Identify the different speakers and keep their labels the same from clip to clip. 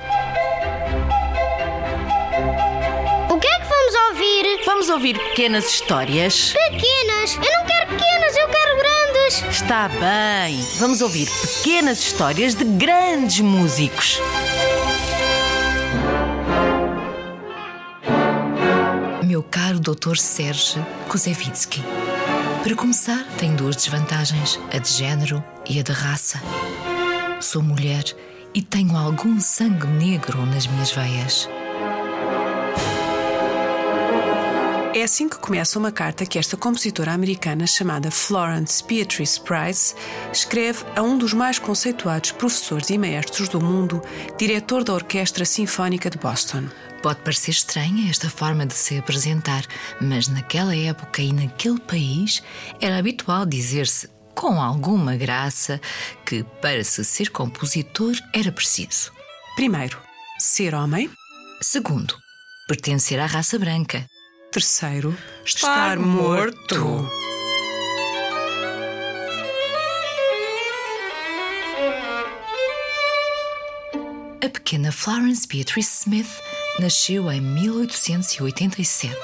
Speaker 1: é
Speaker 2: Vamos ouvir pequenas histórias?
Speaker 1: Pequenas! Eu não quero pequenas, eu quero grandes!
Speaker 2: Está bem. Vamos ouvir pequenas histórias de grandes músicos.
Speaker 3: Meu caro Dr. Serge Kuzevitsky. Para começar, tenho duas desvantagens: a de género e a de raça. Sou mulher e tenho algum sangue negro nas minhas veias.
Speaker 4: É assim que começa uma carta que esta compositora americana chamada Florence Beatrice Price escreve a um dos mais conceituados professores e maestros do mundo, diretor da Orquestra Sinfónica de Boston.
Speaker 3: Pode parecer estranha esta forma de se apresentar, mas naquela época e naquele país era habitual dizer-se, com alguma graça, que para se ser compositor era preciso.
Speaker 4: Primeiro, ser homem.
Speaker 3: Segundo, pertencer à raça branca.
Speaker 4: Terceiro,
Speaker 3: Estar morto. A pequena Florence Beatrice Smith nasceu em 1887,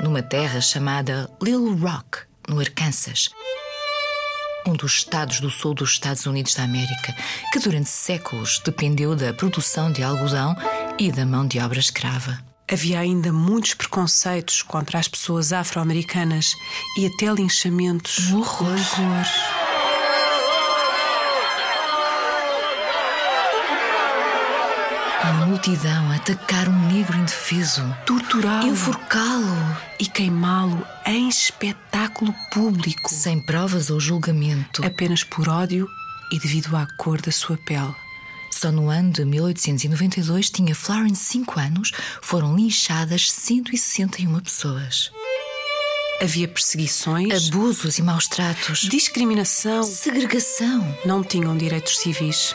Speaker 3: numa terra chamada Little Rock, no Arkansas, um dos estados do sul dos Estados Unidos da América, que durante séculos dependeu da produção de algodão e da mão de obra escrava.
Speaker 4: Havia ainda muitos preconceitos contra as pessoas afro-americanas e até linchamentos.
Speaker 3: Um horror. Uma multidão a atacar um negro indefeso,
Speaker 4: Torturá-lo
Speaker 3: enforcá-lo,
Speaker 4: e queimá-lo em espetáculo público,
Speaker 3: sem provas ou julgamento.
Speaker 4: apenas por ódio e devido à cor da sua pele.
Speaker 3: Só no ano de 1892 tinha Florence 5 anos, foram linchadas 161 pessoas.
Speaker 4: Havia perseguições,
Speaker 3: Abusos e maus tratos,
Speaker 4: discriminação,
Speaker 3: segregação.
Speaker 4: não tinham direitos civis.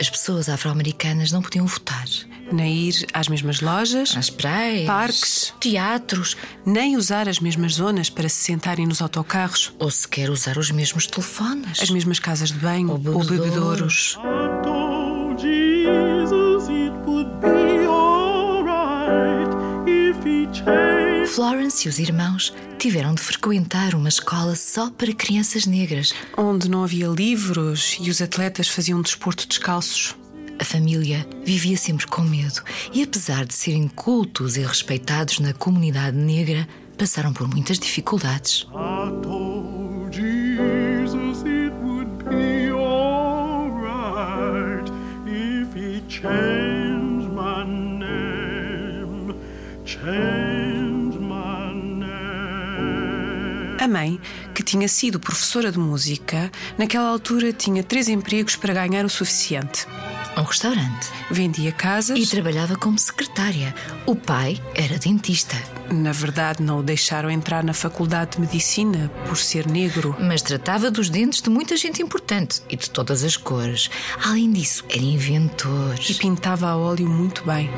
Speaker 3: As pessoas afro-americanas não podiam votar.
Speaker 4: nem ir às mesmas lojas,
Speaker 3: Às praias,
Speaker 4: Parques.
Speaker 3: teatros,
Speaker 4: nem usar as mesmas zonas para se sentarem nos autocarros,
Speaker 3: ou sequer usar os mesmos telefones.
Speaker 4: as mesmas casas de banho
Speaker 3: Ou
Speaker 4: ou,
Speaker 3: bebedouros.
Speaker 4: bebedouros.
Speaker 5: I told Jesus it would be alright if he changed.
Speaker 3: Florence e os irmãos tiveram de frequentar uma escola só para crianças negras.
Speaker 4: Onde não havia livros e os atletas faziam desporto descalços.
Speaker 3: A família vivia sempre com medo e, apesar de serem cultos e respeitados na comunidade negra, passaram por muitas dificuldades.
Speaker 5: I told Jesus it would be alright if he changed my name. Change my name.
Speaker 4: A mãe, que tinha sido professora de música, naquela altura tinha três empregos para ganhar o suficiente.
Speaker 3: Um restaurante
Speaker 4: Vendia casas
Speaker 3: e trabalhava como secretária. O pai era dentista,
Speaker 4: na verdade, não o deixaram entrar na faculdade de medicina por ser negro.
Speaker 3: mas tratava dos dentes de muita gente importante e de todas as cores. Além disso, era inventor.
Speaker 4: E pintava a óleo muito bem.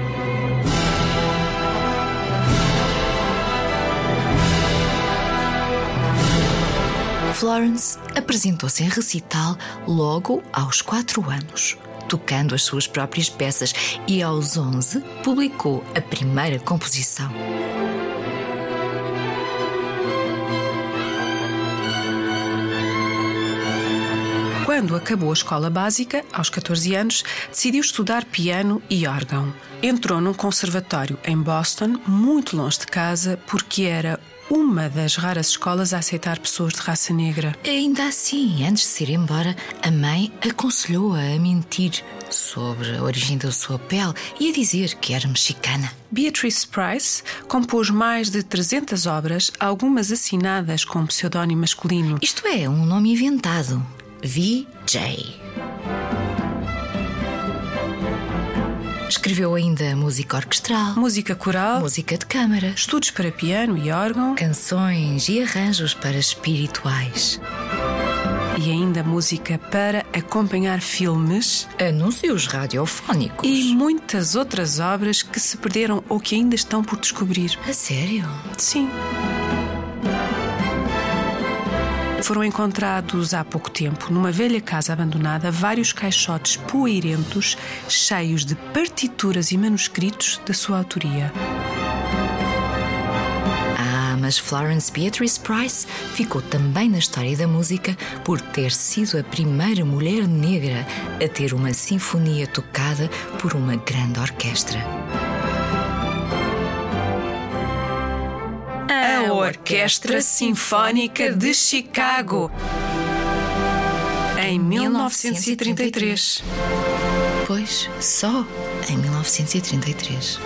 Speaker 3: Florence apresentou-se em recital logo aos 4 anos, tocando as suas próprias peças e aos 11 publicou a primeira composição.
Speaker 4: Quando acabou a escola básica, aos 14 anos, decidiu estudar piano e órgão. Entrou num conservatório em Boston, muito longe de casa, porque era uma das raras escolas a aceitar pessoas de raça negra.
Speaker 3: Ainda assim, antes de se ir embora, a mãe aconselhou-a a mentir sobre a origem da sua pele e a dizer que era mexicana.
Speaker 4: Beatrice Price compôs mais de 300 obras, algumas assinadas com pseudónimo masculino.
Speaker 3: Isto é, um nome inventado. VJ. Escreveu ainda música orquestral,
Speaker 4: Música coral,
Speaker 3: música de câmara,
Speaker 4: estudos para piano e órgão
Speaker 3: canções e arranjos para espirituais.
Speaker 4: e ainda música para acompanhar filmes.
Speaker 3: Anúncios radiofónicos.
Speaker 4: E muitas outras obras que se perderam ou que ainda estão por descobrir.
Speaker 3: A sério?
Speaker 4: Sim. Foram encontrados há pouco tempo, numa velha casa abandonada, vários caixotes poeirentos cheios de partituras e manuscritos da sua autoria.
Speaker 3: Ah, Mas Florence Beatrice Price ficou também na história da música por ter sido a primeira mulher negra a ter uma sinfonia tocada por uma grande orquestra.
Speaker 4: A Orquestra Sinfónica de Chicago. Em 1933.
Speaker 3: Pois, só em 1933.